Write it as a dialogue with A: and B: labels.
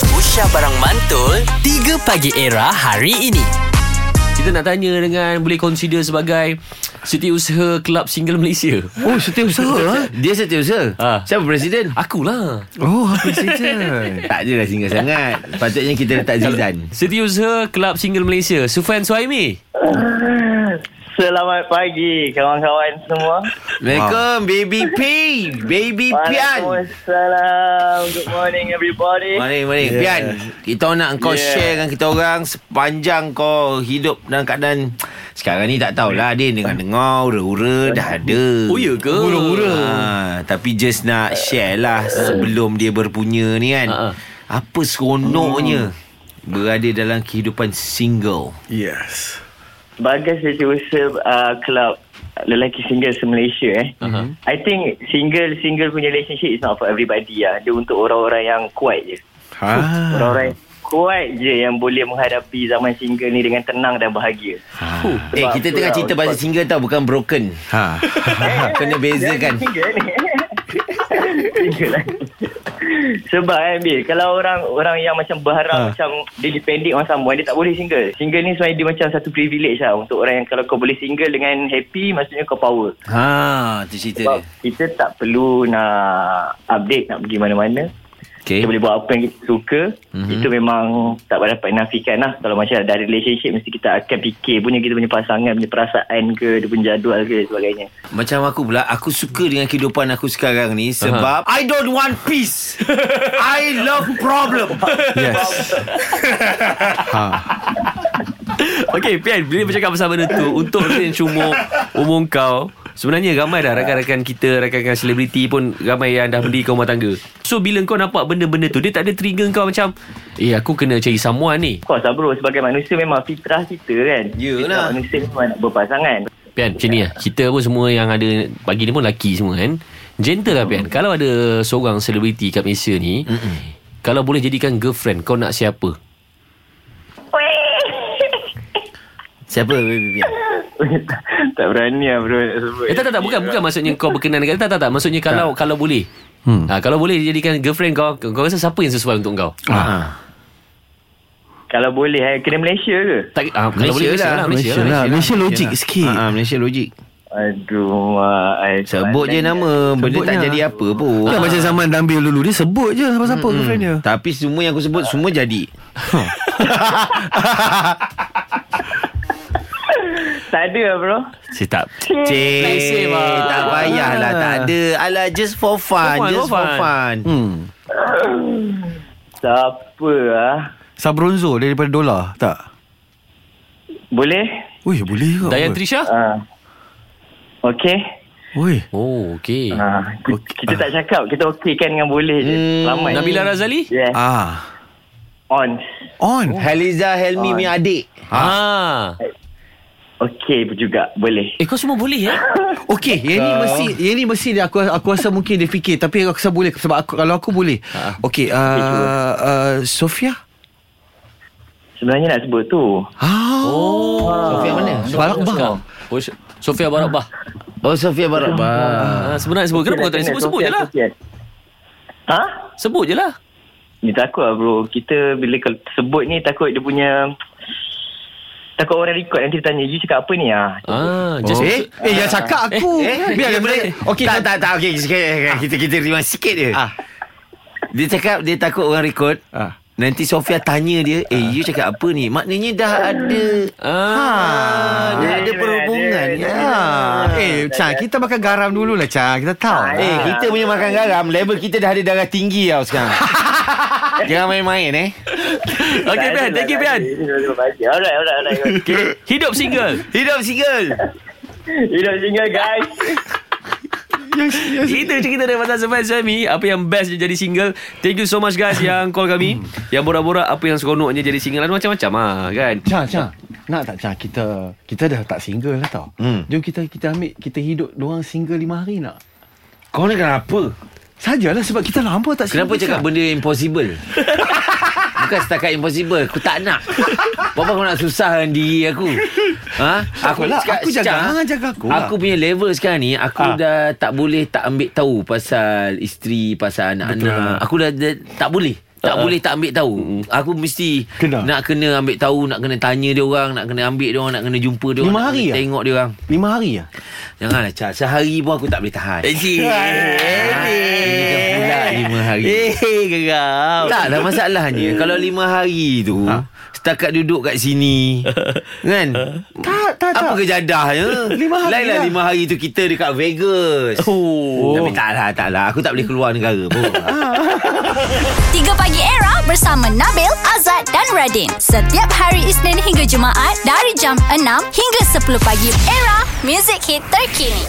A: Syah Barang Mantul 3 Pagi Era hari ini
B: Kita nak tanya dengan Boleh consider sebagai Setiausaha Kelab Single Malaysia
C: Oh, setiausaha ha? Dia setiausaha?
B: Ah.
C: Ha. Siapa presiden?
B: Akulah
C: Oh, presiden. tak adalah singgah sangat. Patutnya kita letak Zizan.
B: Setiausaha Kelab Single Malaysia Sufan Suhaimi
D: Selamat pagi kawan-kawan semua.
C: Welcome, baby P. Baby Pian.
D: Waalaikumsalam. Good morning everybody.
C: Mari, mari. Yeah. Pian, kita nak kau yeah.
D: Yeah.
C: share dengan kita orang sepanjang kau hidup dalam keadaan sekarang ni tak tahulah Din dengar-dengar ura-ura dah ada.
B: Oh ya ke?
C: Ha, tapi just nak share lah sebelum dia berpunya ni kan.
B: Ha, ha.
C: Apa seronoknya berada dalam kehidupan single?
E: Yes.
D: Bagai setiausaha uh, club lelaki single se-Malaysia eh.
B: Aha.
D: Uh-huh. I think single-single punya relationship is not for everybody lah. Dia untuk orang-orang yang kuat je.
C: Ah.
E: Ha.
D: Orang-orang yang kuat je yang boleh menghadapi zaman single ni dengan tenang dan bahagia.
C: Eh kita
D: Sebab
C: tengah
D: tu
C: cerita
D: lah,
C: pasal
D: sebab-
C: single tau Bukan broken
E: Ha.
C: Kena bezakan
D: Single ni. Single lah. Sebab kan Bil Kalau orang Orang yang macam berharap ha. Macam Dia depending on someone Dia tak boleh single Single ni sebenarnya Dia macam satu privilege lah Untuk orang yang Kalau kau boleh single Dengan happy Maksudnya kau power
C: Ha tu cerita
D: Sebab
C: dia
D: kita tak perlu Nak Update Nak pergi mana-mana
C: Okay
D: Kita boleh buat apa yang kita suka mm-hmm. Itu memang Tak dapat nafikan lah Kalau macam ada relationship Mesti kita akan fikir punya Kita punya pasangan Punya perasaan ke Dia punya jadual ke Dan sebagainya
C: Macam aku pula Aku suka dengan kehidupan aku sekarang ni Sebab I don't want peace I love problem
E: Yes. ha.
B: Okay Pian Bila bercakap pasal benda tu Untuk benda yang cuma Umur kau Sebenarnya ramai dah Rakan-rakan kita Rakan-rakan selebriti pun Ramai yang dah berdiri kau rumah tangga So bila kau nampak benda-benda tu Dia tak ada trigger kau macam Eh aku kena cari someone ni
D: Of course lah bro Sebagai manusia memang fitrah kita kan
C: Yelah.
D: Fitrah manusia memang nak berpasangan
B: Pian macam ni lah Kita pun semua yang ada Pagi ni pun lelaki semua kan Gentle lah Pian Kalau ada seorang selebriti kat Malaysia ni Mm-mm.
C: Hmm.
B: Kalau boleh jadikan girlfriend Kau nak siapa?
C: Siapa baby Pian?
D: Tak berani lah bro nak sebut
B: Eh tak tak tak Bukan bukan maksudnya kau berkenan dengan Tak tak tak Maksudnya kalau kalau boleh hmm. ha, Kalau boleh jadikan girlfriend kau Kau rasa siapa yang sesuai untuk kau?
D: Ah.
C: Ha.
D: Kalau boleh eh Kena Malaysia ke?
B: Tak, ha,
C: Malaysia
B: kalau boleh Malaysia
C: lah,
B: lah Malaysia,
E: Malaysia lah. Malaysia logik sikit.
C: Ha, ha, Malaysia logik
D: Aduh mak I-
C: Sebut je nama Benda
E: Sebut
C: tak
E: je.
C: jadi apa pun Hmm.
E: Bukan Kan macam zaman Dambil dulu Dia sebut je Siapa-siapa mm girlfriend dia
C: Tapi semua yang aku sebut Semua jadi
D: Tak ada lah bro
B: Cik, tak
C: Cik
B: Bang.
C: Tak payahlah Tak ada Alah just for fun
B: For fun,
C: Just
B: for
C: for
B: fun.
C: fun
E: hmm.
D: Siapa lah
E: Sabronzo daripada dolar Tak
D: Boleh?
E: Ui boleh ke
B: Dayan Trisha?
D: Uh, okay
E: Ui
B: Oh okay
D: uh, kita,
E: Okey.
D: kita tak cakap Kita okay kan dengan boleh je
C: Hmm.
D: Selamat
B: ah. Nabila Razali?
D: Yeah
E: Ah
D: On
E: On
C: Hmm. Haliza Helmi
D: Oh.
C: punya adik
B: Ha.
D: Okay juga Boleh
B: Eh kau semua boleh ya?
E: Okey Yang ni mesti Yang ni mesti dia, aku, aku rasa mungkin dia fikir Tapi aku rasa boleh Sebab aku, kalau aku boleh Okey uh, uh, Sofia
D: Sebenarnya nak sebut tu
E: Ah.
B: Oh.
C: Sofia mana?
E: Barakbah.
B: Oh, Sofia Barakbah.
C: Oh Sofia Barakbah
B: Ha, sebenarnya sebut. Kenapa kau tak sebut? Sebut je lah.
D: Ha?
B: Sebut je lah.
D: Ni takut lah bro Kita bila kalau sebut ni Takut dia punya Takut orang record Nanti dia tanya You cakap apa ni ah?
B: Ah, just
C: Oh.
E: Eh, eh yang cakap aku.
B: Eh, eh,
E: biar dia boleh.
C: Okey tak tak tak okey sikit sikit. kita kita rewind sikit je.
E: Ah.
C: Dia cakap dia takut orang record.
E: Ah.
C: Nanti Sofia tanya dia, "Eh, you cakap apa ni?" Maknanya dah ada
B: Ah.
C: ah, dah ada perhubungan.
D: Ada,
C: Ya.
D: ada.
C: Eh,
E: Eh, Chan, kita makan garam dulu lah, Chan. Kita tahu.
D: Ah,
C: eh, kita punya makan garam, level kita dah ada darah tinggi tau sekarang. Jangan main-main eh.
B: Okay, Pian.
D: lah,
B: Thank you, Pian.
D: Alright alright alright
B: Okay. Hidup single.
C: Hidup single.
D: You dah single guys
B: Itu cerita dari Fatan Sefai Suhaimi Apa yang best dia jadi single Thank you so much guys Yang call kami Yang borak-borak Apa yang seronoknya jadi single Ada macam-macam lah
C: ah,
B: kan
E: Chan, Chan. Nak tak Chan kita kita dah tak single lah tau.
C: Hmm.
E: Jom kita kita ambil kita hidup doang single lima hari nak.
C: Kau ni kenapa?
E: Sajalah sebab kita lama tak single.
C: Kenapa cakap benda impossible? Bukan setakat impossible Aku tak nak Bapa kau nak susahkan diri aku ha?
E: Aku lah, aku jaga, hang jaga aku lah.
C: Aku punya level sekarang ni Aku
E: Ah.
C: dah tak boleh tak ambil tahu Pasal isteri Pasal anak-anak Aku dah, dah tak boleh Tak boleh tak ambil tahu. Aku mesti
E: Ah, Kena.
C: nak kena ambil tahu, nak kena tanya dia orang, nak kena ambil dia orang, nak kena jumpa dia orang,
E: Lima
C: nak
E: hari
C: kena
E: ah?
C: tengok dia orang.
E: Lima hari lah
C: Janganlah Char. Sehari pun aku tak boleh tahan. Ah,
B: Eh, cik.
C: Ini dah pula lima hari.
E: Eh geram
C: Tak lah masalahnya Kalau lima hari tu ha? Setakat duduk kat sini Kan
E: Tak tak tak
C: Apa kejadahnya
E: Lima hari
C: Lainlah
E: lah.
C: lima hari tu Kita dekat Vegas
E: Oh.
C: Tapi tak lah tak lah Aku tak boleh keluar negara pun
F: 3 Pagi Era bersama Nabil, Azad dan Radin. Setiap hari Isnin hingga Jumaat dari jam 6 hingga 10 pagi. Era, music hit terkini.